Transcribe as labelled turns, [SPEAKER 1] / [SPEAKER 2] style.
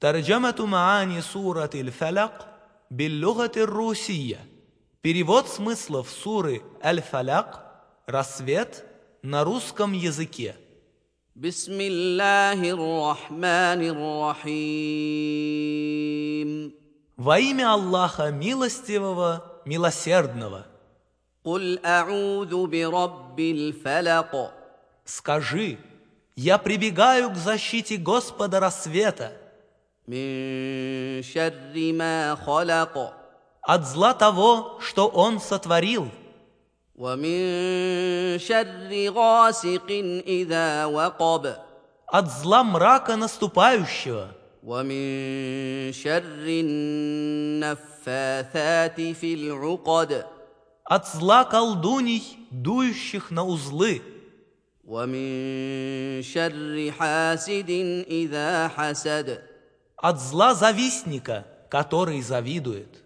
[SPEAKER 1] Тарджамату Маани Сурат Аль-Фаляк Биллюгат Русия. Перевод смыслов суры Аль-Фаляк «Рассвет» на русском языке.
[SPEAKER 2] بسم الله الرحمن الرحيم
[SPEAKER 1] Во имя Аллаха Милостивого, Милосердного.
[SPEAKER 2] قل اعوذ برب الفلق
[SPEAKER 1] Скажи, я прибегаю к защите Господа Рассвета
[SPEAKER 2] من شر ما خلق
[SPEAKER 1] от зла того, что Он сотворил,
[SPEAKER 2] ومن شر غاسق اذا وقب
[SPEAKER 1] от зла мрака наступающего,
[SPEAKER 2] ومن شر النفاثات في العقد
[SPEAKER 1] от зла колдуний, дующих на узлы,
[SPEAKER 2] ومن شر حاسد اذا حسد
[SPEAKER 1] от зла завистника, который завидует.